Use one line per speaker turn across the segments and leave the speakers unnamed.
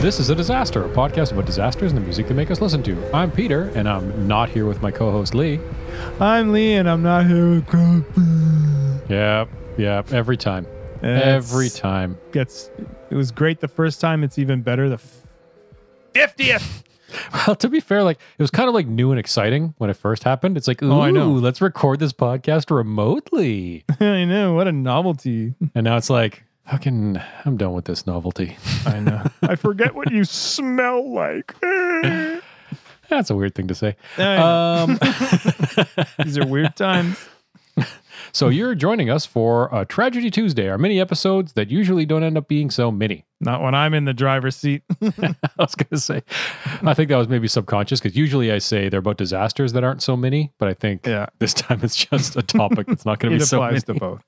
This is a disaster, a podcast about disasters and the music they make us listen to. I'm Peter, and I'm not here with my co-host Lee.
I'm Lee, and I'm not here with Grump.
Yep, yep. Every time, every time.
Gets it was great the first time. It's even better the fiftieth.
Well, to be fair, like it was kind of like new and exciting when it first happened. It's like, ooh,
Oh, I know.
let's record this podcast remotely.
I know what a novelty.
and now it's like, fucking, I'm done with this novelty.
I know. I forget what you smell like. I
That's a weird thing to say.
know.
Um,
These are weird times.
so you're joining us for a Tragedy Tuesday, our mini episodes that usually don't end up being so mini.
Not when I'm in the driver's seat.
I was going to say, I think that was maybe subconscious because usually I say they're about disasters that aren't so many, but I think
Yeah.
this time it's just a topic that's not going to
It
be so many.
applies to both.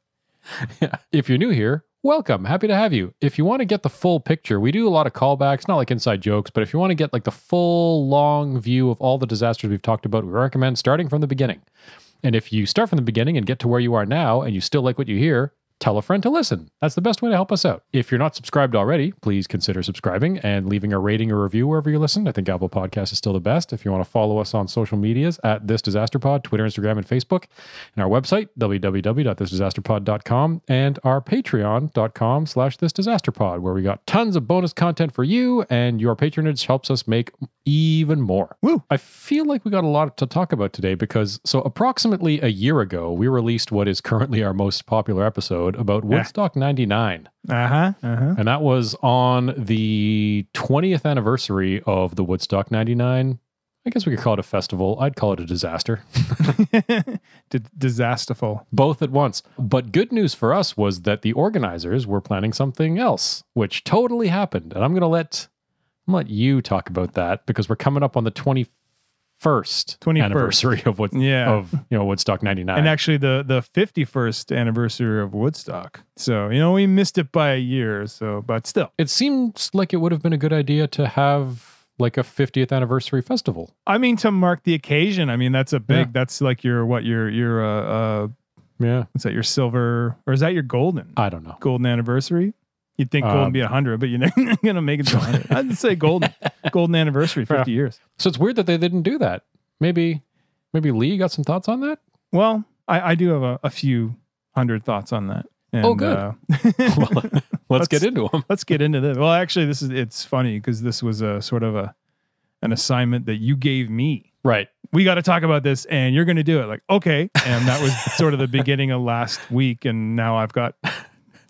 Yeah. If you're new here, welcome. Happy to have you. If you want to get the full picture, we do a lot of callbacks, not like inside jokes, but if you want to get like the full long view of all the disasters we've talked about, we recommend starting from the beginning. And if you start from the beginning and get to where you are now and you still like what you hear, tell a friend to listen. That's the best way to help us out. If you're not subscribed already, please consider subscribing and leaving a rating or review wherever you listen. I think Apple Podcast is still the best. If you want to follow us on social medias at This Disaster Pod, Twitter, Instagram, and Facebook, and our website, www.thisdisasterpod.com, and our patreon.com slash this disaster pod, where we got tons of bonus content for you, and your patronage helps us make even more.
Woo.
I feel like we got a lot to talk about today because, so approximately a year ago, we released what is currently our most popular episode about Woodstock 99.
Uh huh. Uh huh.
And that was on the 20th anniversary of the Woodstock 99. I guess we could call it a festival. I'd call it a disaster.
Did Uh-huh. disasterful.
both at once. But good news for us was that the organizers were planning something else, which totally happened. And I'm gonna let I'm gonna let you talk about that because we're coming up on the 21st,
21st.
anniversary of what
Yeah.
of you know Woodstock 99.
and actually the the 51st anniversary of Woodstock. So, you know, we missed it by a year, so but still.
it seems like it would have been a good idea to have like a 50th anniversary festival.
I mean to mark the occasion. I mean, that's a big
Yeah.
that's like your what your your uh uh
Yeah,
what's that your silver or is that your golden?
I don't know.
golden anniversary? You'd think golden
Um,
would be 100, but you're not going to make it to 100. I'd say golden. golden anniversary 50 years.
So it's weird that they didn't do that. Maybe maybe Lee you got some thoughts on that?
Well, I I do have a, a few hundred thoughts on that. And,
Oh, good.
uh,
Well, let's, get into them.
let's get into this. Well, actually, this is it's funny because this was a sort of a an assignment that you gave me.
Right.
We got to talk about this, and you're going to do it. Like, okay, and that was sort of the beginning of last week, and now I've got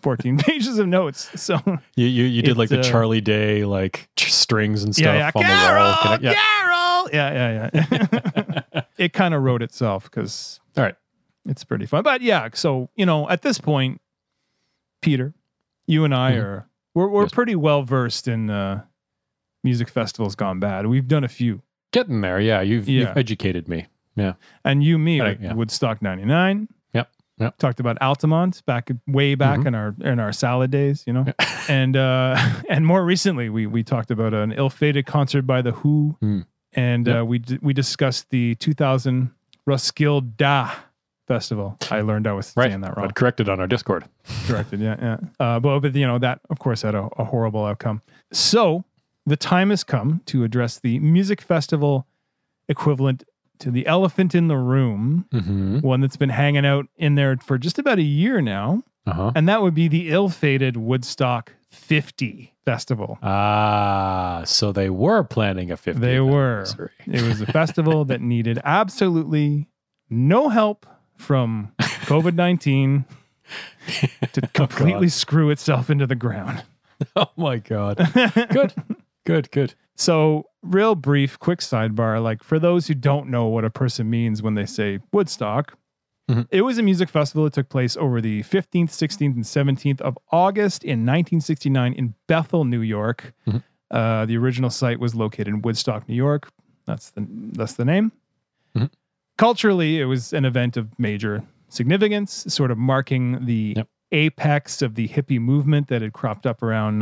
14 pages of notes. So
You you, you did
It,
like the
uh,
Charlie Day like ch- strings and stuff
yeah, yeah,
on the wall. Can I-
Carol,
yeah.
Carol, yeah, yeah, yeah. it kind of wrote itself because
All right.
it's pretty fun. But yeah, so you know, at this point, Peter, you and I
Mhm.
are we're we're
Yes.
pretty well versed in uh, music festivals gone bad. We've done a few,
Getting there. Yeah. You've
Yeah.
you've educated me.
and you, me,
I-
like
yeah.
Woodstock '99.
Yep, yep.
Talked about Altamont back way back
Mhm.
in our in our salad days, you know, and uh, and more recently we we talked about an ill-fated concert by the Who,
Mm.
and
Yep.
uh, we d- we discussed the 2000 Roskilde festival. I learned I was
Right.
saying that wrong.
But corrected on our Discord.
corrected. Yeah, yeah. Uh, but but you know that of course had a, a horrible outcome. So the time has come to address the music festival equivalent to the elephant in the room,
Mm-hmm.
one that's been hanging out in there for just about a year now,
Uh huh.
and that would be the ill-fated Woodstock 50 festival.
Ah, so they were planning a 50th.
They were.
anniversary.
It was a festival that needed absolutely no help from COVID 19 to completely screw itself into the ground.
Oh my god. Good. good. Good.
So, real brief, quick sidebar. Like, for those who don't know what a person means when they say Woodstock,
Mhm.
it was a music festival that took place over the 15th, 16th, and 17th of August in 1969 in Bethel, New York.
Mhm.
Uh, the original site was located in Woodstock, New York. That's the that's the name.
Mhm.
Culturally, it was an event of major significance, sort of marking the
Yep.
apex of the hippie movement that had cropped up around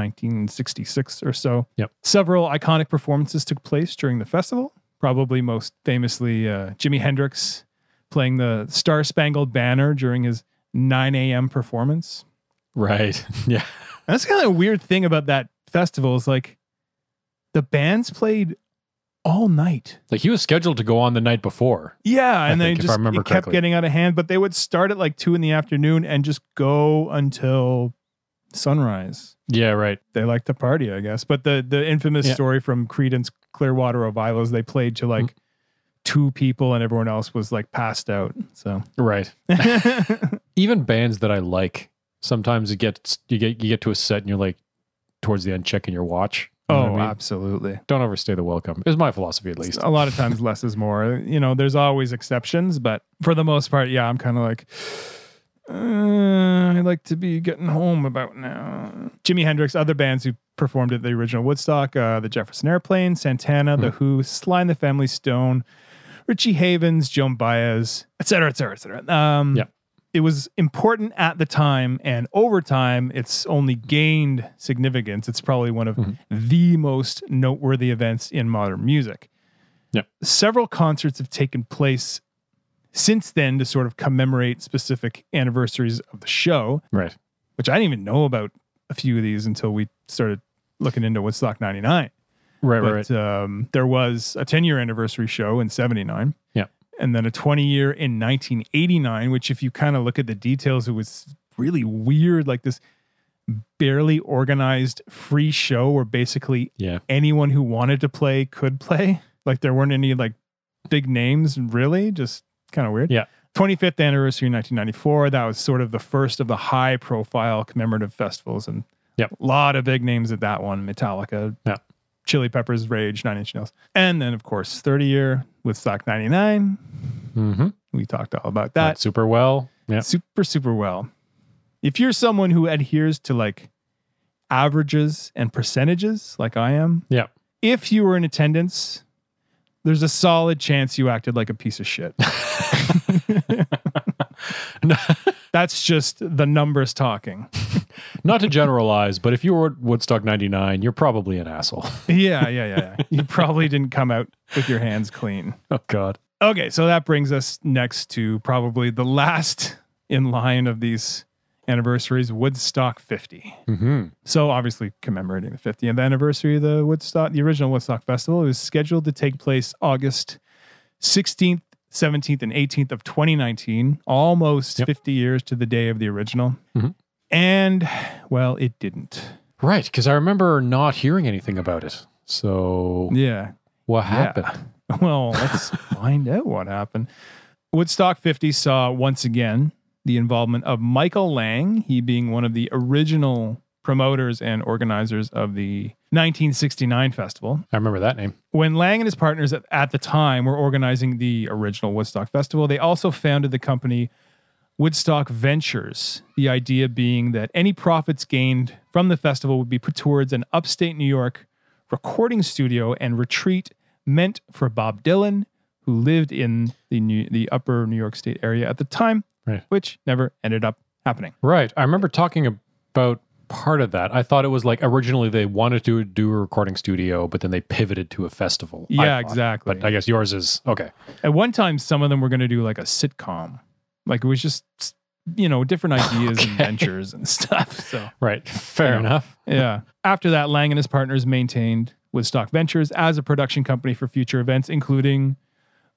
1966 or so.
Yep.
Several iconic performances took place during the festival. Probably most famously, uh, Jimi Hendrix playing the Star Spangled Banner during his 9 a.m. performance.
Right. Yeah.
And that's kind of a weird thing about that festival is like the bands played all night.
Like he was scheduled to go on the night before.
Yeah, and they
think, if I
just
remember
it kept
correctly.
getting out of hand. But they would start at like two in the afternoon and just go until sunrise.
Yeah, right.
They like to party, I guess. But the the infamous
Yeah.
story from Credence Clearwater Revival is they played to like
Hmm.
two people and everyone else was like passed out. So
Right. Even bands that I like, sometimes it gets you get you get to a set and you're like towards the end checking your watch. You know what
oh,
I mean?
absolutely.
don't overstay the welcome. Is my philosophy at least.
A lot of times less is more. You know, there's always exceptions, but for the most part, yeah, I'm kind of like. Uh, I like to be getting home about now. Jimi Hendrix, other bands who performed at the original Woodstock, uh, the Jefferson Airplane, Santana,
Hmm.
The Who, Sly and the Family Stone, Richie Havens, Joan Baez, et cetera, et cetera, et cetera. Um,
Yeah.
It was important at the time, and over time, it's only gained significance. It's probably one of
Mm-hmm.
the most noteworthy events in modern music.
Yeah.
Several concerts have taken place since then to sort of commemorate specific anniversaries of the show,
Right.
which I didn't even know about a few of these until we started looking into Woodstock 99.
Right, right,
But
right.
um, there was a 10 year anniversary show in 79.
Yeah.
And then a 20 year in 1989, which, if you kind of look at the details, it was really weird like this barely organized free show where basically
Yeah.
anyone who wanted to play could play. Like there weren't any like big names really, just kind of weird.
Yeah.
25th anniversary 1994. That was sort of the first of the high profile commemorative festivals and
Yep.
a lot of big names at that one Metallica,
Yeah.
Chili Peppers, Rage, Nine Inch Nails. And then, of course, 30 year with Stock 99.
Mm-hmm.
We talked all about that
That super well. Yeah.
super super well if you're someone who adheres to like averages and percentages like i am
Yeah.
if you were in attendance there's a solid chance you acted like a piece of shit that's just the numbers talking
Not to generalize, but if you were at Woodstock 99, you're probably an asshole.
yeah yeah yeah, yeah. you probably didn't come out with your hands clean
oh, God.
Okay, so that brings us next to probably the last in line of these anniversaries, Woodstock 50.
Mm-hmm.
So obviously commemorating the 50th anniversary of the Woodstock, the original Woodstock Festival, it was scheduled to take place August 16th, 17th, and 18th of 2019, almost
Yep.
50 years to the day of the original.
Mhm.
And well, it didn't.
Right. Because I remember not hearing anything about it. So
Yeah.
what happened?
Well, let's find out what happened. Woodstock 50 saw once again the involvement of Michael Lang, he being one of the original promoters and organizers of the 1969 festival.
I remember that name.
When Lang and his partners at, at the time were organizing the original Woodstock Festival, they also founded the company Woodstock Ventures. The idea being that any profits gained from the festival would be put towards an upstate New York recording studio and retreat meant for Bob Dylan, who lived in the new, the upper New York State area at the time,
Right.
which never ended up happening.
Right. I remember talking about part of that. I thought it was like originally they wanted to do a recording studio, but then they pivoted to a festival. I
Yeah,
thought.
exactly.
But I guess yours is okay.
At one time, some of them were going to do like a sitcom. Like it was just, you know, different ideas and
Okay.
ventures and stuff. So,
Right. Fair
Yeah.
enough.
yeah. After that, Lang and his partners maintained Woodstock Ventures as a production company for future events, including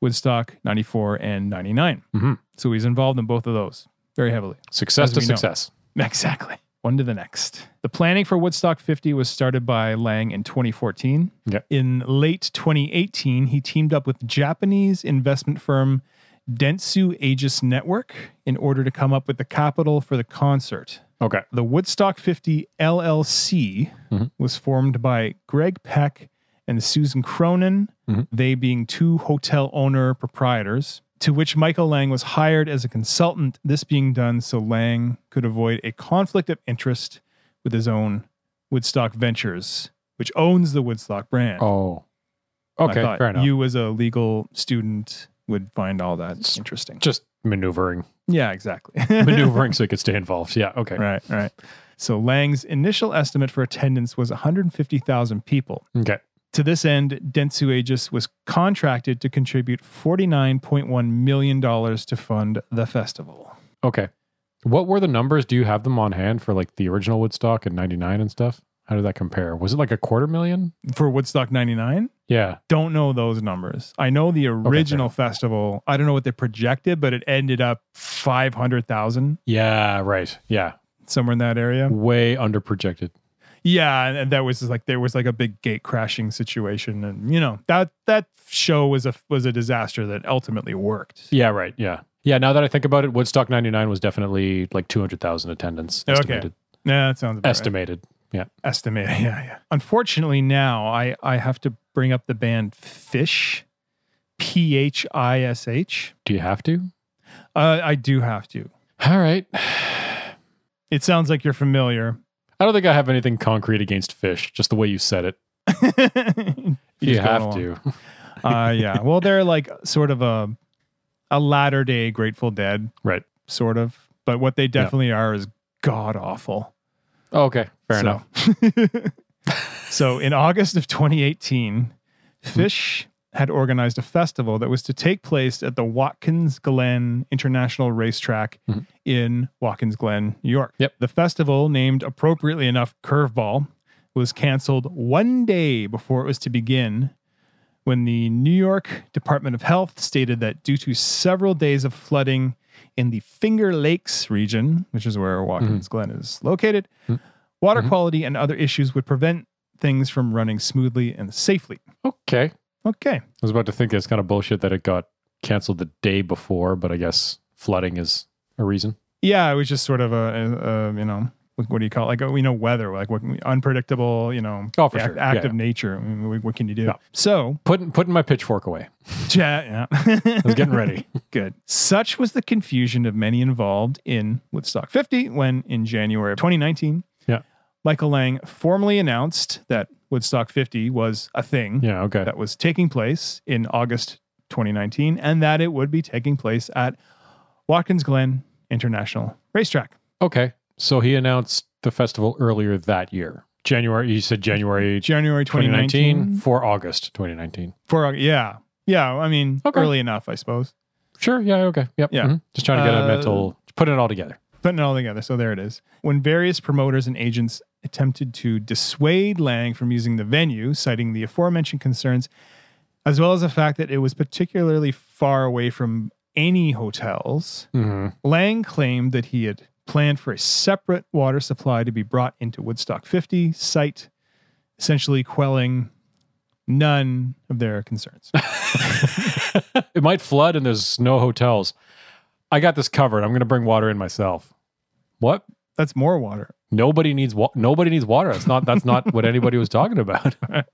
Woodstock 94 and 99.
Mhm.
So he's involved in both of those very heavily.
Success
As
to
we know.
success.
Exactly. One to the next. The planning for Woodstock 50 was started by Lang in 2014.
Yeah.
In late 2018, he teamed up with Japanese investment firm Dentsu Aegis Network in order to come up with the capital for the concert.
Okay.
The Woodstock 50 LLC
Mhm.
was formed by Greg Peck and Susan Cronin,
Mhm.
they being two hotel owner proprietors, to which Michael Lang was hired as a consultant, this being done so Lang could avoid a conflict of interest with his own Woodstock Ventures, which owns the Woodstock brand.
Oh.
And I
Okay.
thought
Fair enough.
You, as a legal student, would find all that interesting.
Just maneuvering,
Yeah, exactly.
maneuvering so you could stay involved. Yeah. Okay.
Right, right. So Lang's initial estimate for attendance was 150,000 people.
Okay.
To this end, Dentsu Aegis was contracted to contribute $49.1 million to fund the festival.
Okay. What were the numbers? Do you have them on hand for like the original Woodstock and 99 and stuff? How did that compare? Was it like a quarter million?
for Woodstock 99.
Yeah.
Don't know those numbers. I know the original festival, I don't know what they projected, but it ended up 500,000,
Yeah, right. Yeah.
somewhere in that area.
Way underprojected.
Yeah, and- and that was just like there was like a big gate crashing situation and you know, that that show was a was a disaster that ultimately worked.
Yeah, right. Yeah. Yeah, now that I think about it, Woodstock 99 was definitely like 200,000 attendance
Okay.
estimated.
Yeah, that sounds about right.
Estimated.
Estimate. Yeah, yeah. Unfortunately, now I I have to bring up the band Fish, P H I S H.
Do you have to?
Uh, I do have to.
All right.
It sounds like you're familiar.
I don't think I have anything concrete against fish, just the way you said it. You
Just going
have
along.
to.
uh, yeah. Well, they're like sort of a a latter day Grateful Dead,
Right.
Sort of, but what they definitely are is god awful.
Oh, okay. Fair enough.
enough. so in August of 2018, Fish had organized a festival that was to take place at the Watkins Glen International Racetrack
Mhm.
in Watkins Glen, New York.
Yep.
The festival, named appropriately enough Curveball, was canceled one day before it was to begin when the New York Department of Health stated that due to several days of flooding in the Finger Lakes region, which is where Watkins Glen is located,
Mhm.
water
Mhm.
quality and other issues would prevent things from running smoothly and safely.
Okay. I
Okay.
was about to think it's kind of bullshit that it got canceled the day before, but I guess flooding is a reason.
Yeah, it was just sort of a, a, a you know, what what do you call it? Like, uh, we know weather, like what unpredictable, you know,
Oh, for
act,
sure.
act
Yeah,
of nature. I mean, what, what can you do?
Yeah.
So,
Putting putting my pitchfork away.
yeah, yeah. I
I was getting ready.
Good. Such was the confusion of many involved in Woodstock 50 when, in January of 2019,
Yeah.
Michael Lang formally announced that Woodstock 50 was a thing
yeah. Okay.
that was taking place in August 2019 and that it would be taking place at Watkins Glen International Racetrack.
Okay. So he announced the festival earlier that year. January. You said January
January
2019,
2019.
for August 2019.
For, yeah. Yeah. I mean,
Okay.
early enough, I suppose.
Sure. Yeah. Okay. Yep.
Yeah.
mhm. Just trying to get a
Uh,
mental. Put it all together.
putting it all together. So there it is. When various promoters and agents attempted to dissuade Lang from using the venue, citing the aforementioned concerns, as well as the fact that it was particularly far away from any hotels,
hmm
Lang claimed that he had planned for a separate water supply to be brought into Woodstock 50 site, essentially quelling none of their concerns.
it might flood and there's no hotels. I got this covered. I'm going to bring water in myself. What?
That's more water.
Nobody needs wa- nobody needs water. That's not that's not what anybody was talking about.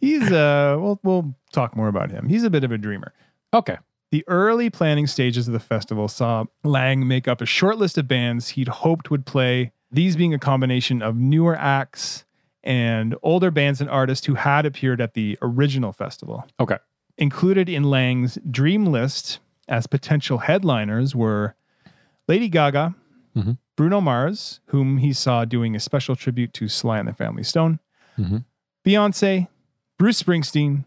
He's uh we'll we'll talk more about him. He's a bit of a dreamer.
okay.
The early planning stages of the festival saw Lang make up a short list of bands he'd hoped would play, these being a combination of newer acts and older bands and artists who had appeared at the original festival.
Okay.
Included in Lang's dream list as potential headliners were Lady Gaga,
Mhm.
Bruno Mars, whom he saw doing a special tribute to Sly and the Family Stone,
Mhm.
Beyonce, Bruce Springsteen,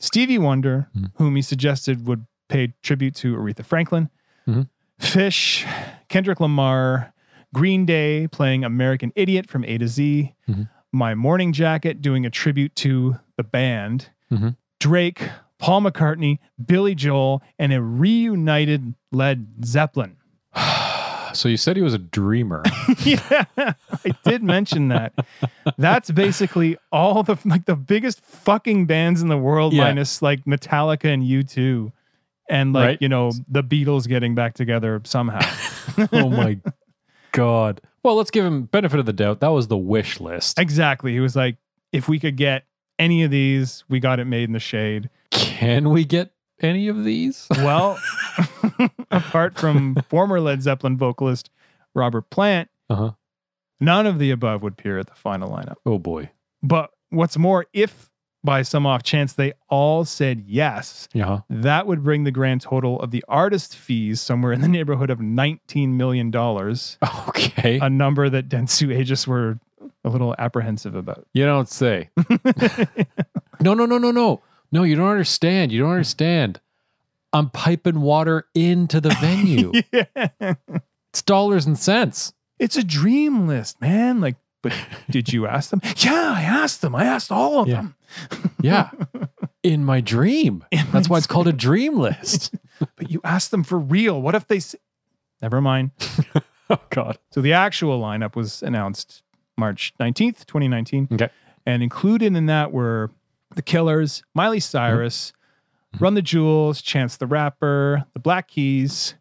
Stevie Wonder,
Mhm.
whom he suggested would pay tribute to Aretha Franklin,
Mhm.
Fish, Kendrick Lamar, Green Day playing American Idiot from A to Z,
Mhm.
My Morning Jacket doing a tribute to the band,
Mhm.
Drake, Paul McCartney, Billy Joel, and a reunited Led Zeppelin.
So you said he was a dreamer.
yeah, I did mention that. That's basically all the like the biggest fucking bands in the world,
Yeah.
minus like Metallica and U two, and like
Right.
you know the Beatles getting back together somehow.
oh my god. Well, let's give him benefit of the doubt. That was the wish list.
exactly. He was like, if we could get any of these, we got it made in the shade.
Can we get any of these?
Well, apart from former Led Zeppelin vocalist Robert Plant,
Uh-huh.
none of the above would appear at the final lineup.
Oh boy.
But what's more, if by some off chance they all said yes,
Yeah.
that would bring the grand total of the artist fees somewhere in the neighborhood of $19 million,
Okay.
a number that Dentsu Aegis were a little apprehensive about.
You don't say. no, no, no, no, no. No, you don't understand. You don't understand. I'm piping water into the venue.
yeah.
it's dollars and cents.
It's a dream list, man. Like But did you ask them? Yeah, I asked them. I asked all of
Yeah.
them.
Yeah. In my dream.
In
That's
my
why it's called a dream list.
But you asked them for real. What if they? s Never mind.
oh, God.
So the actual lineup was announced March 19th, 2019.
Okay.
And included in that were The Killers, Miley Cyrus,
Mm-hmm.
Run the Jewels, Chance the Rapper, The Black Keys,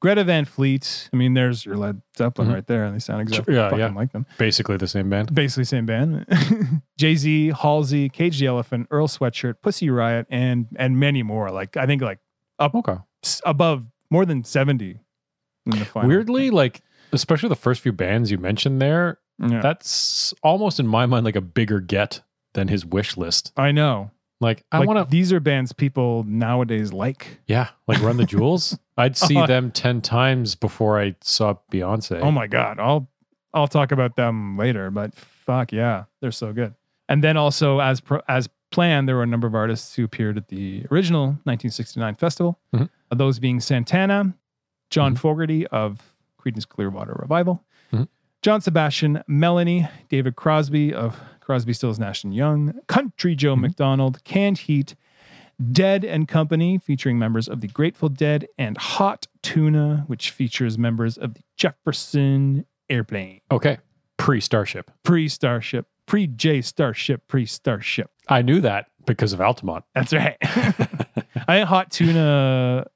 Greta Van Fleet. I mean, there's your Led Zeppelin
Mhm.
right there, and they sound exactly
yeah,
fucking
yeah.
like them.
Basically the same band.
Basically, same band. Jay Z, Halsey, Cage the Elephant, Earl Sweatshirt, Pussy Riot, and and many more. Like I think like
Okay.
s- above more than seventy. In the final.
Weirdly, like, especially the first few bands you mentioned there,
Yeah.
that's almost in my mind like a bigger get than his wish list.
I know.
Like, I
Like,
want to
These are bands people nowadays like.
Yeah, like Run the Jewels. I'd see
Oh.
them 10 times before I saw Beyonce.
Oh my god, I'll I'll talk about them later, but fuck yeah, they're so good. And then also as pro, as planned, there were a number of artists who appeared at the original 1969 festival.
Mhm.
Uh, Those being Santana, John
Mhm.
Fogerty of Creedence Clearwater Revival,
Mhm.
John Sebastian, Melanie, David Crosby of Crosby, Stills, Nash and Young, Country Joe
Mhm.
McDonald, Canned Heat, Dead and Company, featuring members of the Grateful Dead, and Hot Tuna, which features members of the Jefferson Airplane,
Okay. Pre Starship.
pre Starship, pre J Starship, pre Starship.
I knew that because of Altamont.
That's right. I think Hot Tuna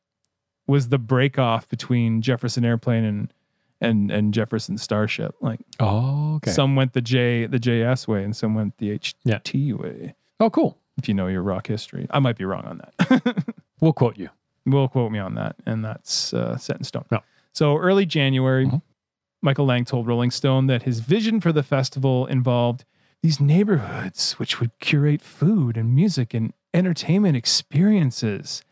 was the break off between Jefferson Airplane and and and Jefferson Starship. Like
Oh, okay.
some went the J the JS way and some went the HT
Yeah.
way.
oh, cool.
If you know your rock history, I might be wrong on that.
We'll quote you.
will quote me on that, and that's uh, set in stone.
Yeah.
So early January,
Mhm.
Michael Lang told Rolling Stone that his vision for the festival involved these neighborhoods which would curate food and music and entertainment experiences,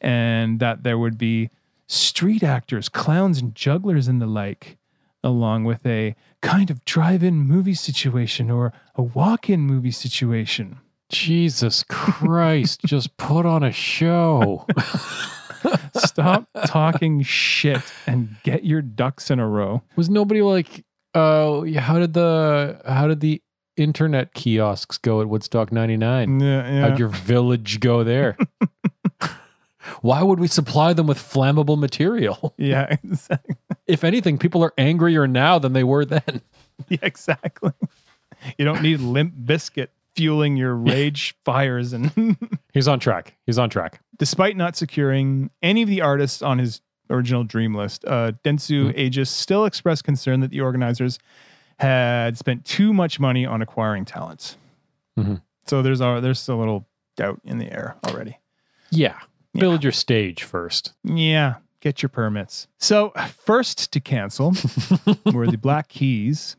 and that there would be street actors, clowns, and jugglers and the like, along with a kind of drive-in movie situation or a walk-in movie situation.
Jesus Christ. just put on a show.
Stop talking shit and get your ducks in a row.
Was nobody like, oh, yeah, how did the, how did the internet kiosks go at Woodstock 99? How'd your village go there? Why would we supply them with flammable material?
yeah, exactly.
If anything, people are angrier now than they were then.
yeah, exactly. You don't need Limp Biscuit fueling your rage fires. And
He's on track. He's on track.
despite not securing any of the artists on his original dream list, uh, Densu Aegis still expressed concern that the organizers had spent too much money on acquiring talents.
Mhm.
So there's our, there's a little doubt in the air already.
Yeah.
Yeah.
Build your stage first.
Yeah, get your permits. So, first to cancel were the Black Keys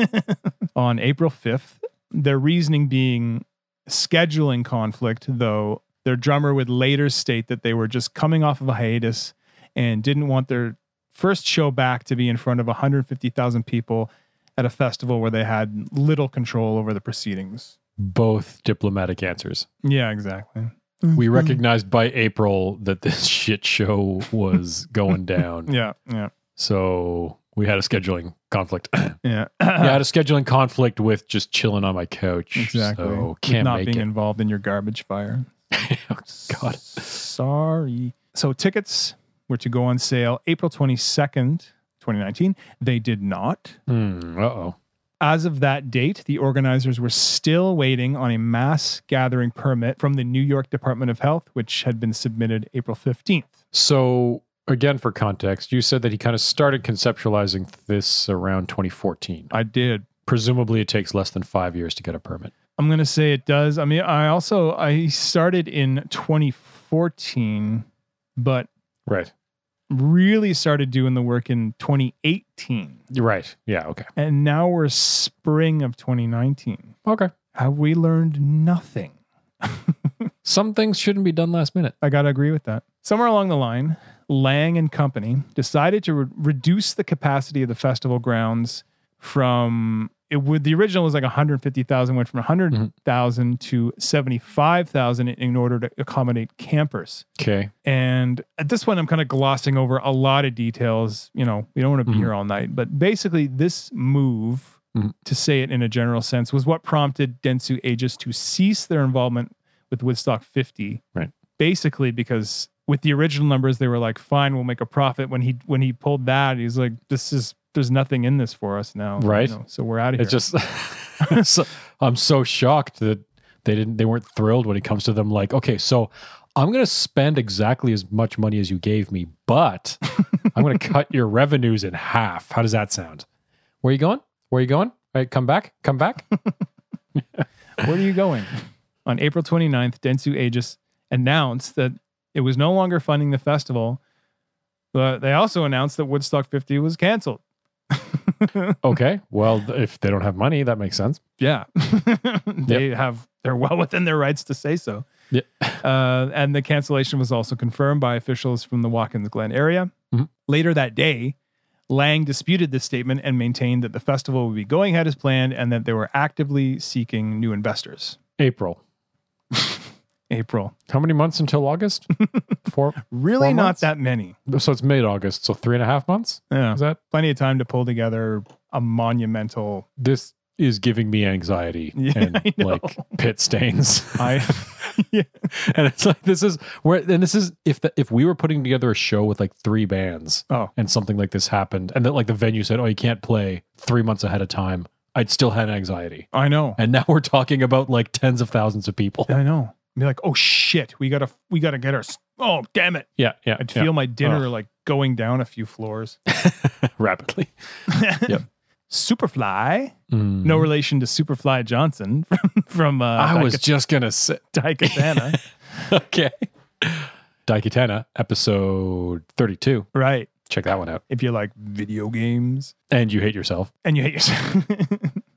on April 5th. Their reasoning being scheduling conflict, though their drummer would later state that they were just coming off of a hiatus and didn't want their first show back to be in front of 150,000 people at a festival where they had little control over the proceedings.
Both diplomatic answers.
Yeah, exactly.
We
Mm-hmm.
recognized by April that this shit show was going down.
Yeah, yeah,
So we had a scheduling conflict. yeah,
yeah.
I had a scheduling conflict with just chilling on my couch.
Exactly.
So
With
can't
not
make
being
it.
involved in your garbage fire.
Oh, God.
Sorry. So tickets were to go on sale April 22nd, 2019. They did not.
Hmm. uh oh.
As of that date, the organizers were still waiting on a mass gathering permit from the New York Department of Health, which had been submitted April 15th.
So again, for context, you said that he kind of started conceptualizing this around 2014.
I did.
Presumably, it takes less than five years to get a permit.
I'm going to say it does. I mean, I also I started in 2014, but
Right.
really started doing the work in 2018.
Right. Yeah. Okay.
And now we're spring of 2019.
Okay.
Have we learned nothing?
Some things shouldn't be done last minute.
I got to agree with that. Somewhere along the line, Lang and Company decided to re- reduce the capacity of the festival grounds from it would the original was like 150,000 went from 100,000 to 75,000 in order to accommodate campers.
Okay.
And at this point, I'm kind of glossing over a lot of details. You know, we don't want to be
Mhm.
here all night, but basically, this move
Mhm.
to say it in a general sense, was what prompted Dentsu Aegis to cease their involvement with Woodstock 50.
Right.
Basically, because with the original numbers, they were like, "Fine, we'll make a profit." When he when he pulled that, he's like, "This is there's nothing in this for us now." you
Right.
know, so we're out of here.
It's just so, I'm so shocked that they didn't they weren't thrilled when it comes to them like, okay, so I'm going to spend exactly as much money as you gave me, but I'm going to cut your revenues in half. How does that sound? Where you going? Where you going? All right, come back. Come back.
Where are you going? On April 29th, Dentsu Aegis announced that it was no longer funding the festival, but they also announced that Woodstock 50 was canceled.
okay. Well, th- if they don't have money, that makes sense.
Yeah. they have they're well within their rights to say so.
Yep.
Uh, and the cancellation was also confirmed by officials from the Watkins Glen area.
Mhm.
Later that day, Lang disputed this statement and maintained that the festival would be going ahead as planned and that they were actively seeking new investors.
April.
April.
How many months until August? Four.
Really
Four
not
months?
that many.
So it's mid August. So three and a half months?
Yeah.
Is that?
Plenty of time to pull together a monumental
This is giving me anxiety
Yeah, I
and
know.
like pit stains.
I
and it's like this is where and this is if the, if we were putting together a show with like three bands
oh
and something like this happened and that like the venue said oh you can't play three months ahead of time i'd still had anxiety
I know.
and now we're talking about like tens of thousands of people
I know. Be like, oh shit, we gotta we gotta get our s- oh damn it.
yeah yeah
I'd
yeah,
feel my dinner like going down a few floors.
rapidly Yep.
Superfly,
Mm.
no relation to Superfly Johnson from from uh,
i was just gonna say
Daikatana,
okay daikatana episode 32
right?
check that one out
If you like video games
and you hate yourself
and you hate yourself.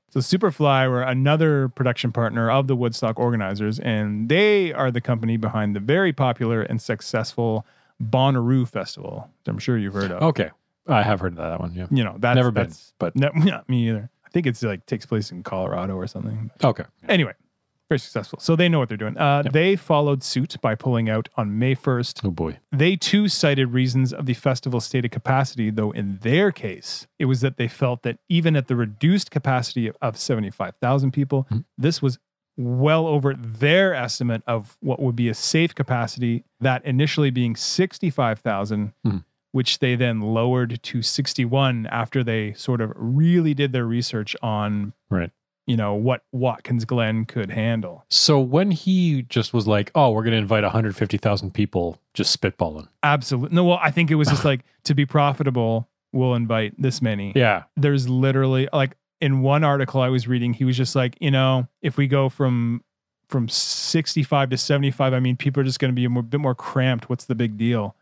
So Superfly were another production partner of the Woodstock organizers, and they are the company behind the very popular and successful Bonnaroo Festival, which I'm sure you've heard of.
okay i have heard of that one yeah
You know, that's
Oh. never been
that's,
but
No, not me either. I think it's like takes place in Colorado or something.
okay
Anyway, very successful. So they know what they're doing. Uh,
Yep.
They followed suit by pulling out on May 1st.
oh boy
They too cited reasons of the festival's stated capacity, though in their case, it was that they felt that even at the reduced capacity of 75,000 people,
Mhm.
this was well over their estimate of what would be a safe capacity, that initially being 65,000.
Mhm.
Which they then lowered to 61 after they sort of really did their research on,
Right.
you know, what Watkins Glen could handle.
So when he just was like, "Oh, we're going to invite 150,000 people," just spitballing.
Absolutely. No, well, I think it was just like to be profitable, we'll invite this many.
Yeah,
There's literally like in one article I was reading, he was just like, you know, if we go from from 65 to 75, I mean, people are just going to be a more, bit more cramped. What's the big deal?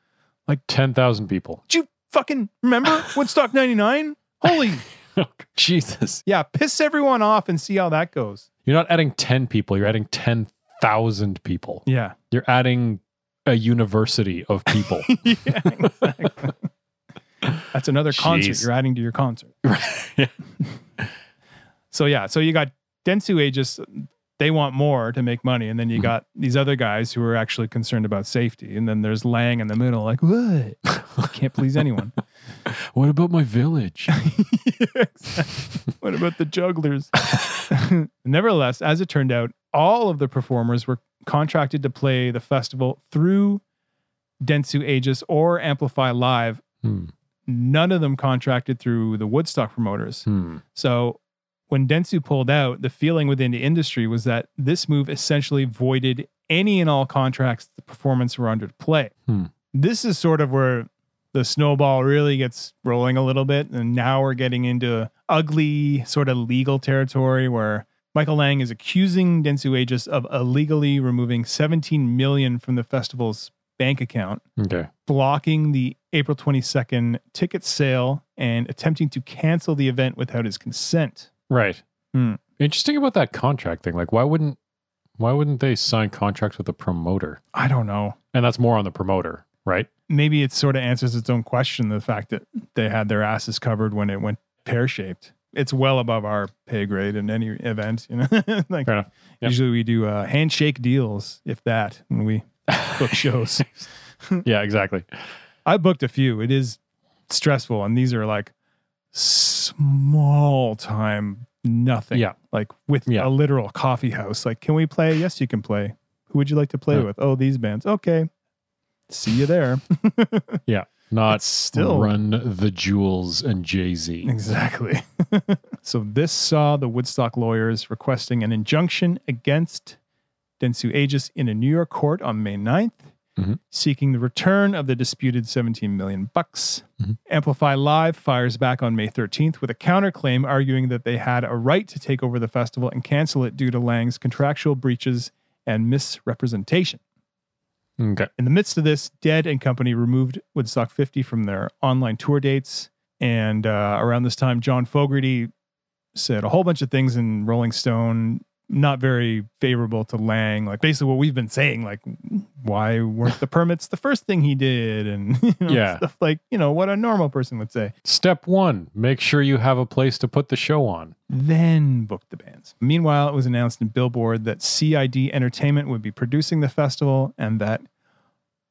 10,000 people.
Do you fucking remember Woodstock 99? Holy,
Oh, Jesus,
yeah, piss everyone off and see how that goes.
you're not adding 10 people. You're adding 10,000 people.
Yeah.
You're adding a university of people.
yeah, exactly. That's another concert
Jeez.
you're adding to your concert.
Yeah.
So yeah, so you got Dentsu Aegis, they want more to make money, and then you
Mhm.
got these other guys who are actually concerned about safety, and then there's Lang in the middle, like what? Can't please anyone.
what about my village?
what about the jugglers? Nevertheless, as it turned out, all of the performers were contracted to play the festival through Dentsu Aegis or Amplify Live.
Hmm.
None of them contracted through the Woodstock promoters.
Hmm.
So when Dentsu pulled out, the feeling within the industry was that this move essentially voided any and all contracts the performance were under to play.
Hmm.
This is sort of where the snowball really gets rolling a little bit. And now we're getting into ugly sort of legal territory where Michael Lang is accusing Dentsu Aegis of illegally removing 17 million from the festival's bank account
Okay.
blocking the April 22nd ticket sale and attempting to cancel the event without his consent.
Right.
Hmm.
Interesting about that contract thing. Like, why wouldn't why wouldn't they sign contracts with a promoter?
I don't know.
And that's more on the promoter, right?
Maybe it sort of answers its own question the fact that they had their asses covered when it went pear shaped. It's well above our pay grade in any event, you know. like
Fair enough. Yep.
usually we do uh, handshake deals, if that, when we book shows.
yeah, exactly.
I booked a few. It is stressful, and these are like small time nothing.
Yeah.
Like with
Yeah.
a literal coffee house. Like, can we play? Yes, you can play. Who would you like to play
Yeah.
with? Oh, these bands. Okay. See you there.
Not
It's still
run the jewels and Jay Z.
Exactly. so this saw the Woodstock lawyers requesting an injunction against Dentsu Aegis in a New York court on May 9th,
Mhm.
seeking the return of the disputed 17 million bucks.
Mhm.
Amplify Live fires back on May 13th with a counterclaim arguing that they had a right to take over the festival and cancel it due to Lang's contractual breaches and misrepresentation.
Okay.
In the midst of this, Dead and Company removed Woodstock 50 from their online tour dates. And uh, around this time, John Fogerty said a whole bunch of things in Rolling Stone, not very favorable to Lang. Like basically what we've been saying, like why weren't the permits the first thing he did, and you know,
Yeah.
stuff like you know what a normal person would say.
Step one make sure you have a place to put the show on.
then booked the bands. Meanwhile, it was announced in Billboard that CID Entertainment would be producing the festival and that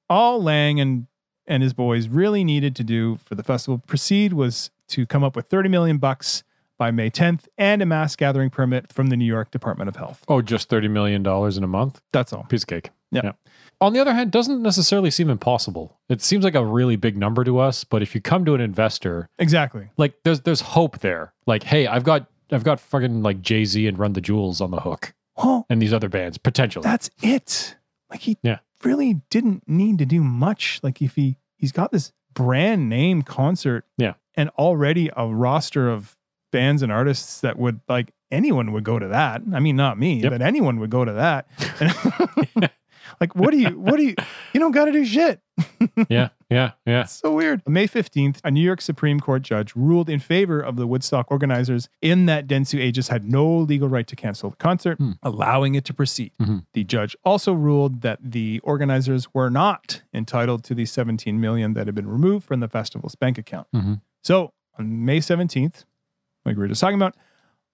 all Lang and, and his boys really needed to do for the festival proceed was to come up with 30 million bucks by May 10th and a mass gathering permit from the New York Department of Health.
Oh, just $30 million in a month?
That's all.
Piece of cake.
Yeah.
On the other hand, doesn't necessarily seem impossible. It seems like a really big number to us, but if you come to an investor,
Exactly.
like there's there's hope there. Like, hey, I've got I've got fucking like Jay Z and Run the Jewels on the hook
Oh,
and these other bands potentially.
that's it. Like he
Yeah.
really didn't need to do much. Like if he he's got this brand name concert,
Yeah.
and already a roster of bands and artists that would like anyone would go to that. I mean, not me,
Yep.
but anyone would go to that. And- like, what do you? What do you? You don't got to do shit.
yeah, yeah, yeah.
That's so weird. May 15th, a New York Supreme Court judge ruled in favor of the Woodstock organizers in that Dentsu Aegis had no legal right to cancel the concert,
Hmm.
allowing it to proceed.
Mhm.
The judge also ruled that the organizers were not entitled to the 17 million that had been removed from the festival's bank account.
Mhm.
So on May 17th, like we were just talking about,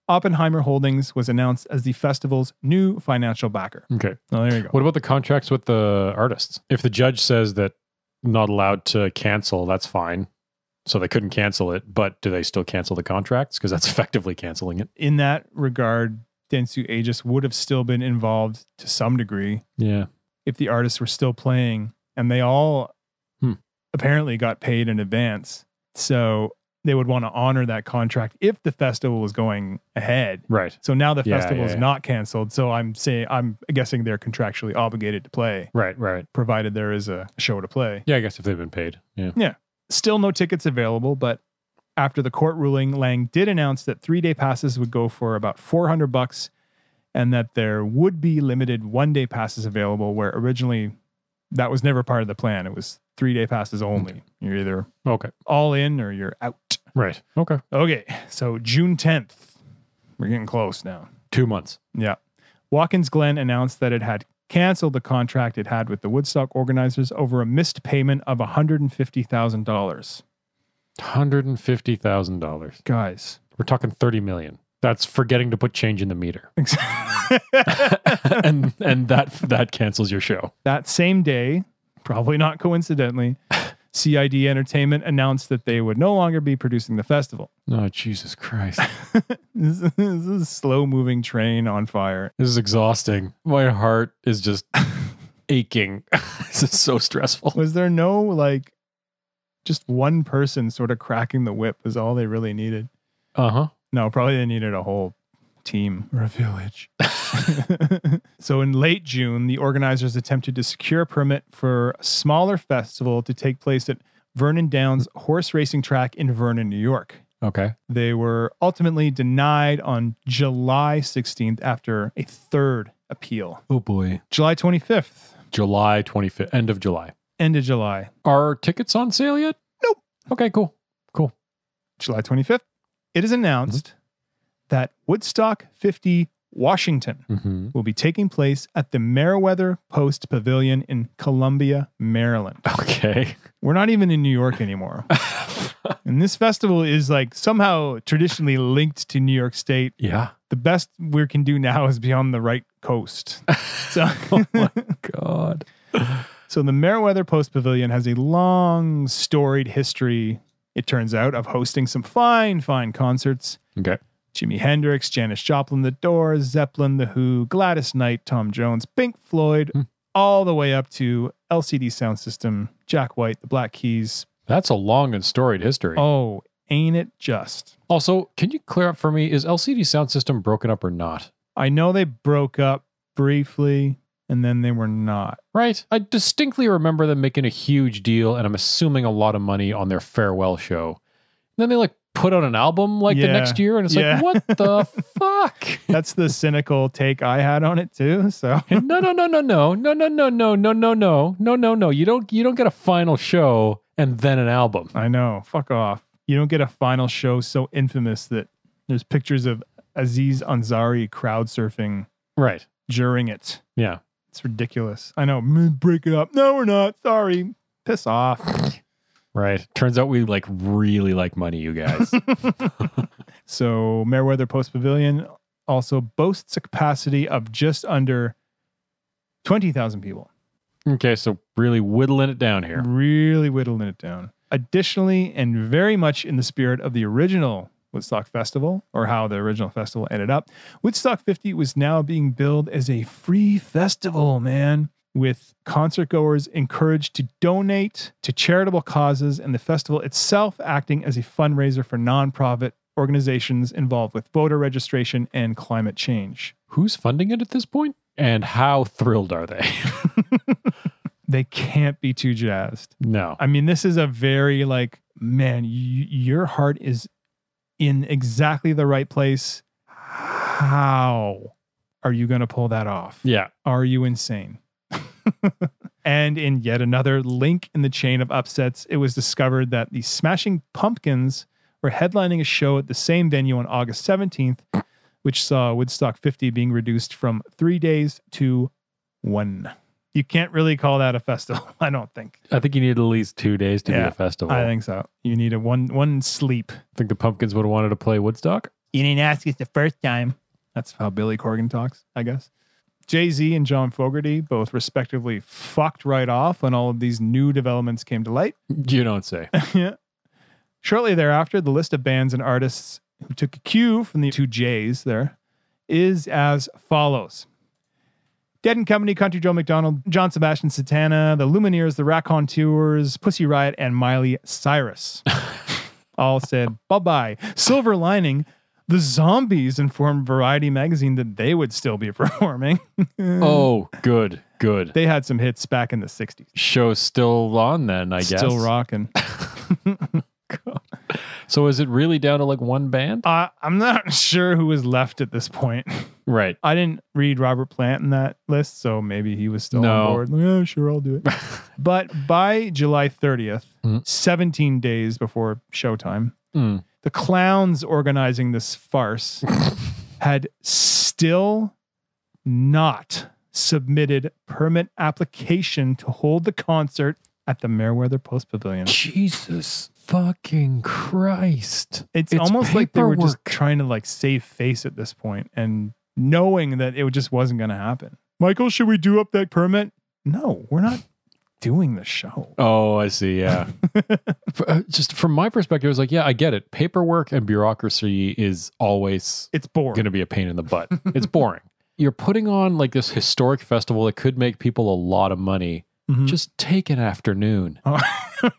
Oppenheimer Holdings was announced as the festival's new financial backer.
Okay.
Oh, there you go.
What about the contracts with the artists? If the judge says that not allowed to cancel, that's fine. So they couldn't cancel it, but do they still cancel the contracts? Because that's effectively canceling it.
In that regard, Dentsu Aegis would have still been involved to some degree
Yeah.
if the artists were still playing and they all
Hmm.
apparently got paid in advance. So they would want to honor that contract if the festival was going ahead.
Right.
So now the
Yeah,
festival
yeah,
is
yeah.
not canceled. So I'm saying I'm guessing they're contractually obligated to play,
Right. Right.
provided there is a show to play.
Yeah. I guess if they've been paid. Yeah.
Still no tickets available, but after the court ruling, Lang did announce that three day passes would go for about 400 bucks and that there would be limited one day passes available where originally that was never part of the plan. It was three day passes only. You're either
Okay.
all in or you're out.
Right. Okay.
Okay, so June 10th. We're getting close now.
Two months.
Yeah. Watkins Glen announced that it had canceled the contract it had with the Woodstock organizers over a missed payment of $150,000.
Hundred and fifty thousand dollars.
Guys,
We're talking thirty million. That's forgetting to put change in the meter,
that
and and that that cancels your show.
same day, probably not coincidentally, CID Entertainment announced that they would no longer be producing the festival.
Oh Jesus Christ!
this is this is a slow moving train on fire.
This is exhausting. My heart is just aching. this is so stressful.
Was there no like just one person sort of cracking the whip was all they really needed?
Uh huh.
No, probably they needed a whole team or a village. so in late June, the organizers attempted to secure a permit for a smaller festival to take place at Vernon Downs horse racing track in Vernon, New York.
Okay.
They were ultimately denied on July 16th after a third appeal.
Oh boy.
July 25th,
July twenty fifth. End of July.
end of July.
Are tickets on sale yet?
Nope.
Okay. Cool. Cool.
July 25th, it is announced that Woodstock 50 Washington
Mm-hmm.
will be taking place at the Meriwether Post Pavilion in Columbia, Maryland.
Okay.
We're not even in New York anymore. and this festival is like somehow traditionally linked to New York State.
yeah.
The best we can do now is be on the right coast. So,
God.
so the Meriwether Post Pavilion has a long, storied history it turns out, of hosting some fine, fine concerts.
Okay.
Jimi Hendrix, Janis Joplin, The Doors, Zeppelin, The Who, Gladys Knight, Tom Jones, Pink Floyd,
Hmm.
all the way up to LCD Sound System, Jack White, The Black Keys.
That's a long and storied history.
Oh, ain't it just?
Also, can you clear up for me is LCD sound system broken up or not?
I know they broke up briefly and then they were not.
Right? I distinctly remember them making a huge deal and I'm assuming a lot of money on their farewell show. And then they like put out an album like the
Yeah.
next year and it's
Yeah.
like, what the fuck?
That's the cynical take I had on it too. So
And no, no, no, no, no, no, no, no, no, no, no, no, no, no, no. You don't you don't get a final show and then an album.
I know. Fuck off. You don't get a final show so infamous that there's pictures of Aziz Ansari crowd surfing
Right.
during it.
Yeah.
It's ridiculous. I know. Mm, Break it up. No, we're not. Sorry. Piss off.
Right. Turns out we like really like money, you guys.
so Meriwether Post Pavilion also boasts a capacity of just under 20,000 people.
okay, so really whittling it down
Mm.
here.
Really whittling it down. Additionally, and very much in the spirit of the original Woodstock Festival, or how the original festival ended up, Woodstock 50 was now being billed as a free festival, man, with concert goers encouraged to donate to charitable causes, and the festival itself acting as a fundraiser for nonprofit organizations involved with voter registration and climate change.
Who's funding it at this point? And how thrilled are they?
They can't be too jazzed.
no.
I mean, this is a very like, man, y- your heart is in exactly the right place. How are you going to pull that off?
Yeah.
Are you insane? and in yet another link in the chain of upsets, it was discovered that the Smashing Pumpkins were headlining a show at the same venue on August 17th, which saw Woodstock 50 being reduced from three days to one. You can't really call that a festival, I don't think.
I think you need at least two days to
Yeah,
be a festival.
I think so. You need a one one sleep.
think the pumpkins would have wanted to play Woodstock.
You didn't ask us the first time. That's how Billy Corgan talks, I guess. Jay Z and John Fogerty both respectively fucked right off when all of these new developments came to light.
You don't say.
yeah. Shortly thereafter, the list of bands and artists who took a cue from the two J's there is as follows. Dead and Company, Country Joe McDonald, John Sebastian Satana, The Lumineers, The Raconteurs, Pussy Riot, and Miley Cyrus all said bye bye. Silver lining, the zombies informed Variety magazine that they would still be performing.
oh, good, good.
Mm. They had some hits back in the 60s.
Show's still on then, I guess.
Still rocking.
So is it really down to like one band?
Uh, I'm not sure who was left at this point.
Right.
I didn't read Robert Plant in that list, so maybe he was still
No.
on board. Like, yeah, sure, I'll do it. but by July 30th,
Mhm.
17 days before showtime,
Mm.
the clowns organizing this farce had still not submitted permit application to hold the concert at the Meriwether Post Pavilion.
Jesus fucking Christ.
It's,
It's
almost like they were just
paperwork.
trying to like save face at this point and knowing that it just wasn't going to happen. Michael, should we do up that permit? No, we're not doing the show.
Oh, I see. Yeah. F- uh, just from my perspective, it's like, yeah, I get it. Paperwork and bureaucracy is always
It's boring.
going to be a pain in the butt. it's boring. You're putting on like this historic festival that could make people a lot of money.
Mhm.
Just take an afternoon.
Oh,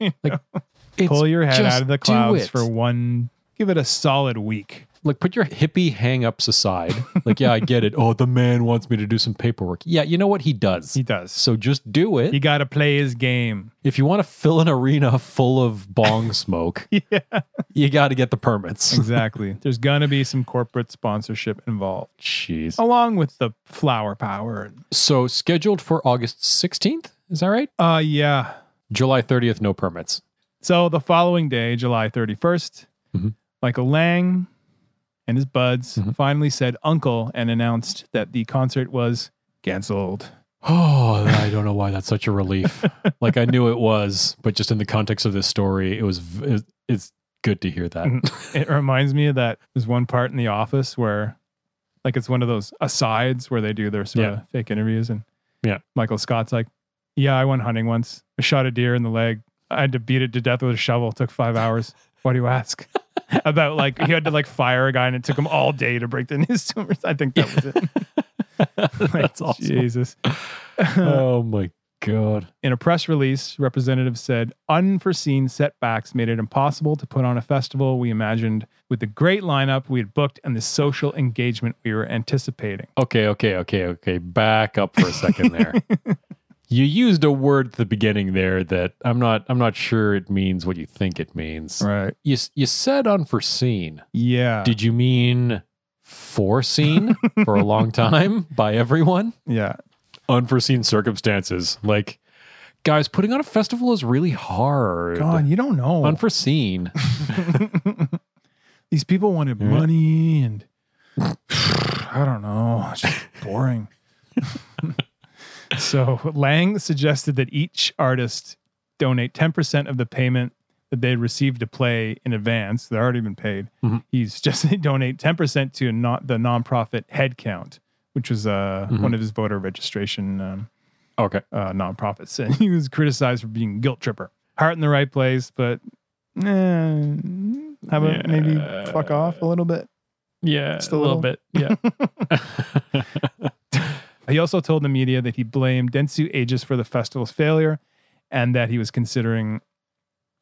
It's
pull your head
just
out of the
do
clouds
it.
for one. Give it a solid week.
like put your hippie hang-ups aside. Like, yeah, I get it. Oh, the man wants me to do some paperwork. Yeah, you know what he does.
He does.
so just do it.
You got to play his game.
if you want to fill an arena full of bong smoke,
Yeah. Oh,
you got to get the permits.
Exactly. There's going to be some corporate sponsorship involved,
Jeez.
along with the flower power.
So scheduled for August 16th, is that right?
Uh, yeah.
July 30th no permits.
So the following day, July 31st,
Mhm.
Michael Lang and his buds
Mhm.
finally said uncle and announced that the concert was canceled.
Oh, I don't know why that's such a relief. like I knew it was, but just in the context of this story, it was v- it- it's good to hear that.
It reminds me of that there's one part in The Office where, like, it's one of those asides where they do their sort
Yeah.
of fake interviews. And
Yeah.
Michael Scott's like, Yeah, I went hunting once. I shot a deer in the leg. I had to beat it to death with a shovel. It took five hours. Why do you ask? About like he had to like fire a guy and it took him all day to break the news to him. I think that was it.
That's awesome.
Jesus.
oh my god.
In a press release, representatives said unforeseen setbacks made it impossible to put on a festival we imagined with the great lineup we had booked and the social engagement we were anticipating.
Okay, okay, okay, okay. Back up for a second there. you used a word at the beginning there that I'm not I'm not sure it means what you think it means.
Right.
You s- you said unforeseen.
Yeah.
Did you mean foreseen for a long time by everyone?
yeah.
Unforeseen circumstances. Like guys, putting on a festival is really hard.
God, you don't know.
Unforeseen.
These people wanted
Yeah.
money and I don't know. It's just boring. so Lang suggested that each artist donate 10% of the payment that they'd received to play in advance. They're already been paid.
Mhm.
He's just donate 10% to not the nonprofit headcount, which was uh,
Mhm.
one of his voter registration um,
Okay.
uh, nonprofits, and he was criticized for being a guilt tripper. Heart in the right place, but eh, how about maybe
Yeah.
fuck off a little bit?
Yeah.
Just a little
bit. Yeah.
He also told the media that he blamed Dentsu Aegis for the festival's failure, and that he was considering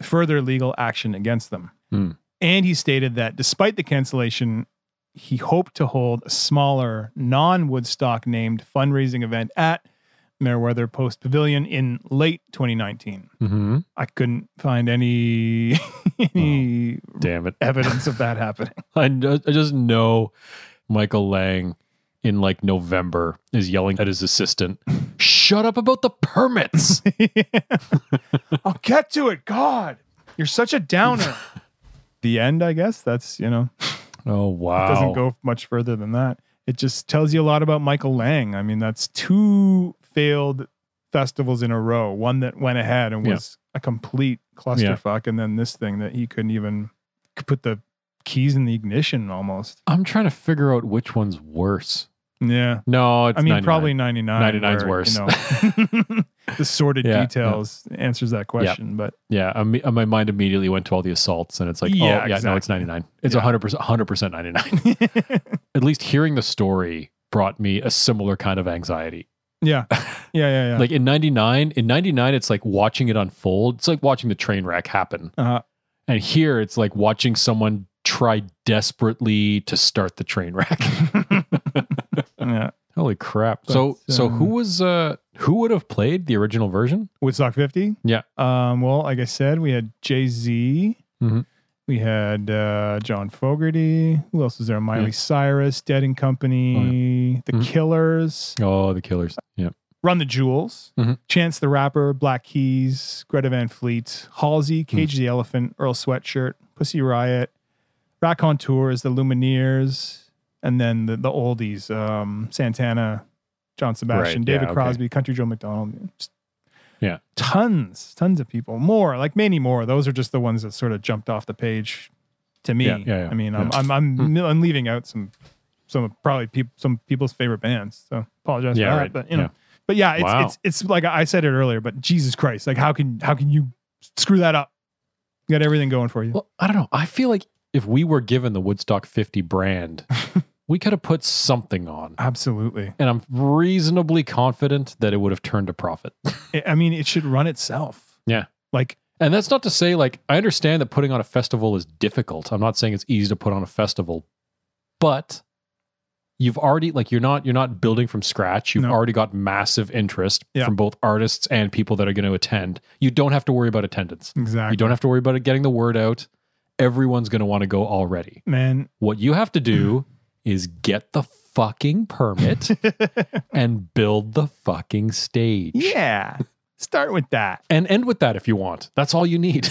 further legal action against them.
Hmm.
And he stated that despite the cancellation, he hoped to hold a smaller, non Woodstock named fundraising event at Meriwether Post Pavilion in late 2019.
hmm
I couldn't find any any
Damn it.
evidence of that happening.
I, kn- I just know Michael Lang in like November is yelling at his assistant, shut up about the permits.
I'll get to it. God, you're such a downer. the end, I guess. That's you know
oh, wow.
doesn't go much further than that. It just tells you a lot about Michael Lang. I mean, that's two failed festivals in a row. One that went ahead and
Yeah.
was a complete clusterfuck, and then this thing that he couldn't even could put the keys in the ignition almost.
I'm trying to figure out which one's worse.
Yeah.
No, it's
I mean,
99.
probably 99.
99's
where,
worse.
You know, the sordid
Yeah, yeah.
details answers that question, but
Yeah, I mean, my mind immediately went to all the assaults, and it's like,
Yeah,
oh, yeah, no,
exactly.
it's 99. It's
Yeah.
100%, 100% 99. At least hearing the story brought me a similar kind of anxiety.
yeah. Yeah, yeah, yeah.
Like in 99, in 99, it's like watching it unfold. It's like watching the train wreck happen.
Uh,
And here it's like watching someone try desperately to start the train wreck.
yeah.
Holy crap.
But,
so so
um,
who was uh who would have played the original version?
Woodstock 50?
Yeah.
Um, well, like I said, we had Jay-Z.
Mhm.
We had uh, John Fogerty. Who else was there? Miley
Yeah.
Cyrus, Dead and Company, The
Mhm.
Killers,
Oh, the killers. Yeah.
Run the Jewels,
Mhm.
Chance the Rapper, Black Keys, Greta Van Fleet, Halsey,
Mm-hmm.
Cage the Elephant, Earl Sweatshirt, Pussy Riot, Raconteurs, The Lumineers, and then the, the oldies, um, Santana, John Sebastian,
Right, yeah,
David
okay.
Crosby, Country Joe McDonald. Just
Yeah.
Tons, tons of people. More, like many more. Those are just the ones that sort of jumped off the page to me.
Yeah, yeah, yeah,
I mean,
yeah. Hmm.
I'm, I'm, I'm, I'm leaving out some some of probably peop some people's favorite bands. So apologize
Yeah,
for that,
right.
but you know,
Yeah.
but yeah, it's,
Wow.
it's it's like I said it earlier, but Jesus Christ, like how can how can you screw that up? You got everything going for you.
Well, I don't know. I feel like if we were given the Woodstock 50 brand, we could have put something on.
Absolutely.
And I'm reasonably confident that it would have turned a profit.
I- I mean, it should run itself.
Yeah.
Like
And that's not to say, like, I understand that putting on a festival is difficult. I'm not saying it's easy to put on a festival, but you've already like you're not you're not building from scratch. You've
No.
already got massive interest
Yeah.
from both artists and people that are going to attend. You don't have to worry about attendance.
exactly.
You don't have to worry about it getting the word out. Everyone's going to want to go already.
man.
What you have to do is get the fucking permit and build the fucking stage.
yeah. Start with that.
And end with that if you want. That's all you need.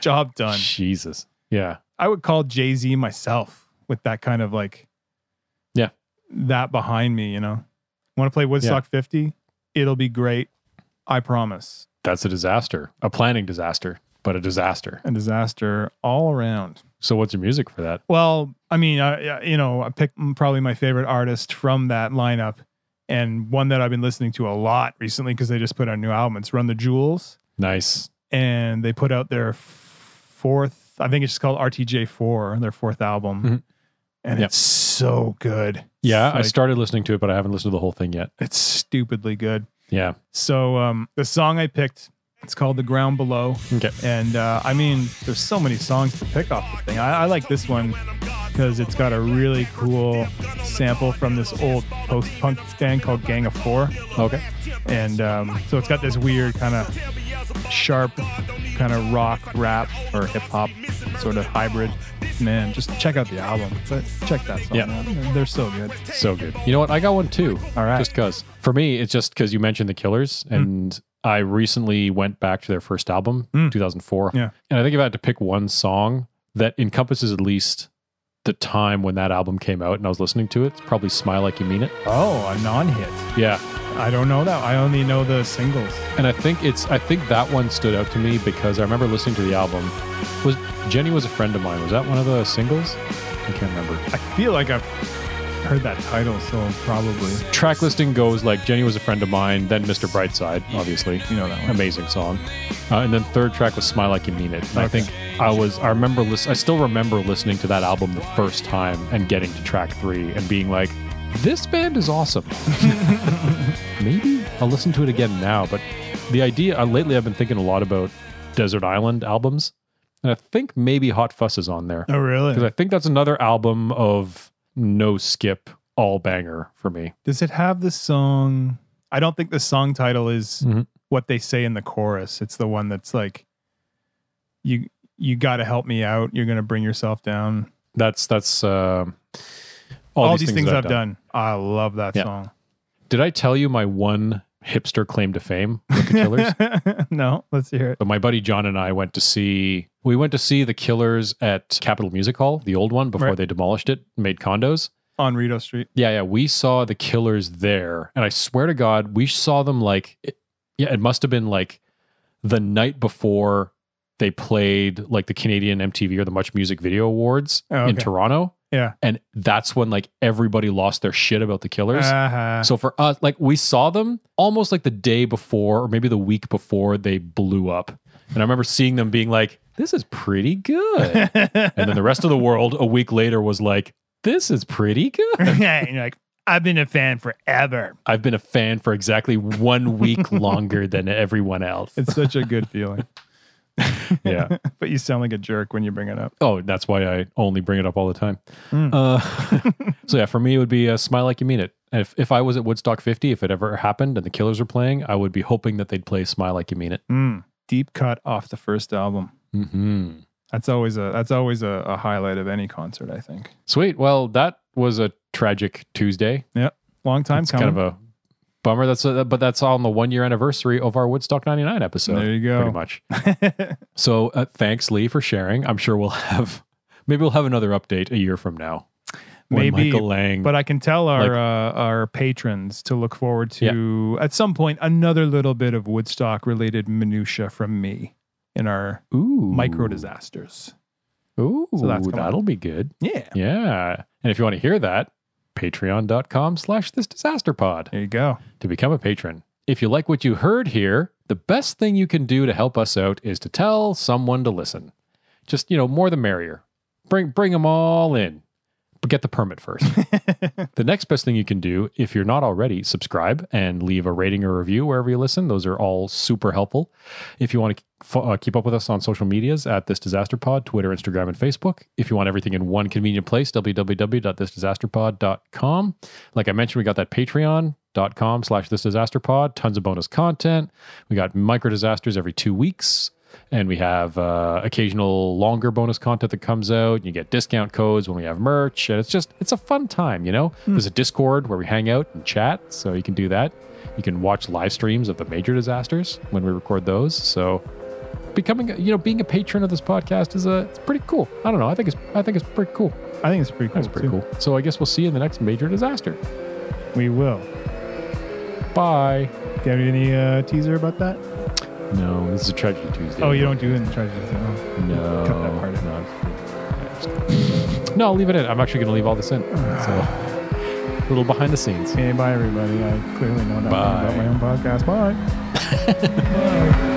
Job done.
Jesus. Yeah.
I would call Jay Z myself with that kind of like,
Yeah.
that behind me. You know, want to play Woodstock 50? It'll be great. I promise.
That's a disaster, a planning disaster, but a disaster.
A disaster all around.
So, what's your music for that?
Well, I mean, I, I- you know, I picked m- probably my favorite artist from that lineup and one that I've been listening to a lot recently because they just put out a new album. It's Run the Jewels
Nice.
and they put out their f- fourth, I think it's just called RTJ4, their fourth album.
Mhm.
And
Yep.
it's so good.
Yeah,
It's
I
like-
started listening to it, but I haven't listened to the whole thing yet.
It's stupidly good.
Yeah.
So um, the song I picked, it's called "The Ground Below,"
Okay.
and uh, I mean, there's so many songs to pick off the thing. I, I like this one because it's got a really cool sample from this old post-punk band called Gang of Four,
Okay.
and um, so it's got this weird kind of sharp, kind of rock rap or hip hop sort of hybrid. Man, just check out the album. But check that song.
Yeah.
out. they're so good.
So good. You know what? I got one too.
All right.
Just because. For me, it's just because you mentioned the Killers, and I recently went back to their first album,
Mm.
2004.
Yeah.
And I think if I had to pick one song that encompasses at least the time when that album came out and I was listening to it, it's probably Smile Like You Mean It.
Oh, a non-hit.
Yeah.
I don't know that. I only know the singles.
And I think it's I think that one stood out to me because I remember listening to the album. Was Jenny was a friend of mine. Was that one of the singles? I can't remember.
I feel like I've heard that title, so probably
Track listing goes like Jenny was a friend of mine, then Mr. Brightside, obviously.
you know that one.
amazing song. Uh, and then third track was "Smile Like You Mean It." And I
Okay.
think I was I remember lis- I still remember listening to that album the first time and getting to track three and being like, "This band is awesome." Maybe I'll listen to it again now. But the idea uh, lately I've been thinking a lot about Desert Island albums, and I think maybe Hot Fuss is on there
Oh,
because
really?
I think that's another album of no skip all banger for me.
Does it have the song? I don't think the song title is
Mhm.
what they say in the chorus. It's the one that's like, "You you got to help me out. You're gonna bring yourself down."
That's that's um all,
these, things, I've done. I love that
Yeah.
song.
Did I tell you my one hipster claim to fame with the Killers?
no, let's hear it.
but my buddy John and I went to see we went to see the Killers at Capitol Music Hall, the old one before
Right.
they demolished it, and made condos.
On Rito Street.
Yeah, yeah, we saw the Killers there, and I swear to God, we saw them like it- yeah, it must have been like the night before they played like the Canadian MTV or the Much Music Video Awards
Oh,
in
okay.
Toronto,
Yeah.
and that's when like everybody lost their shit about the Killers.
Uh-huh.
So for us, like we saw them almost like the day before, or maybe the week before they blew up. And I remember seeing them being like, this is pretty good. and then the rest of the world a week later was like, this is pretty good.
And you're like, I've been a fan forever.
I've been a fan for exactly one week longer than everyone else.
It's such a good feeling.
Yeah.
but you sound like a jerk when you bring it up.
Oh, that's why I only bring it up all the time.
Mm.
Uh, so yeah, for me, it would be uh, smile like you mean it. And If if I was at Woodstock 50, if it ever happened and the Killers were playing, I would be hoping that they'd play "Smile Like You Mean It."
Mm. Deep cut off the first album.
hmm
That's always a that's always a, a highlight of any concert. I think.
Sweet. Well, that was a tragic Tuesday.
Long time
It's
coming.
kind of a bummer. That's a, but that's on the one year anniversary of our Woodstock '99 episode.
there you
Pretty
go.
much. So uh, thanks, Lee, for sharing. I'm sure we'll have maybe we'll have another update a year from now. When
Maybe,
Michael Lang.
but I can tell our
Like-
uh, our patrons to look forward to at some point another little bit of Woodstock related minutia from me in our
ooh
micro disasters.
Ooh,
So that's coming.
that'll be good.
Yeah.
Yeah. And if you want to hear that, patreon.com slash this disaster pod.
There you go.
to become a patron. If you like what you heard here, the best thing you can do to help us out is to tell someone to listen. Just, you know, more the merrier. Bring bring them all in. But get the permit first. the next best thing you can do, if you're not already, subscribe and leave a rating or review wherever you listen. Those are all super helpful. If you want to f- uh, keep up with us on social medias at This Disaster Pod, Twitter, Instagram, and Facebook. If you want everything in one convenient place, www.thisdisasterpod.com. Like I mentioned, we got that patreon.com slash this disaster pod, tons of bonus content. We got micro disasters every two weeks. And we have uh, occasional longer bonus content that comes out. and You get discount codes when we have merch. And it's just, it's a fun time, you know?
Hmm.
There's a Discord where we hang out and chat. So you can do that. You can watch live streams of the major disasters when we record those. So becoming, a- you know, being a patron of this podcast is a, it's pretty cool. I don't know. I think it's, I think it's pretty cool.
I think it's pretty cool.
That's pretty
too.
cool. So I guess we'll see you in the next major disaster.
We will.
Bye.
Do you have any uh, teaser about that?
No, this is a Tragedy Tuesday.
Oh, you don't do it in the tragedy. Oh.
No.
Cut that part
No, I'll leave it in. I'm actually going to leave all this in. So, a little behind the scenes.
Okay, bye everybody. I clearly know nothing
Bye.
about my own podcast. Bye. bye.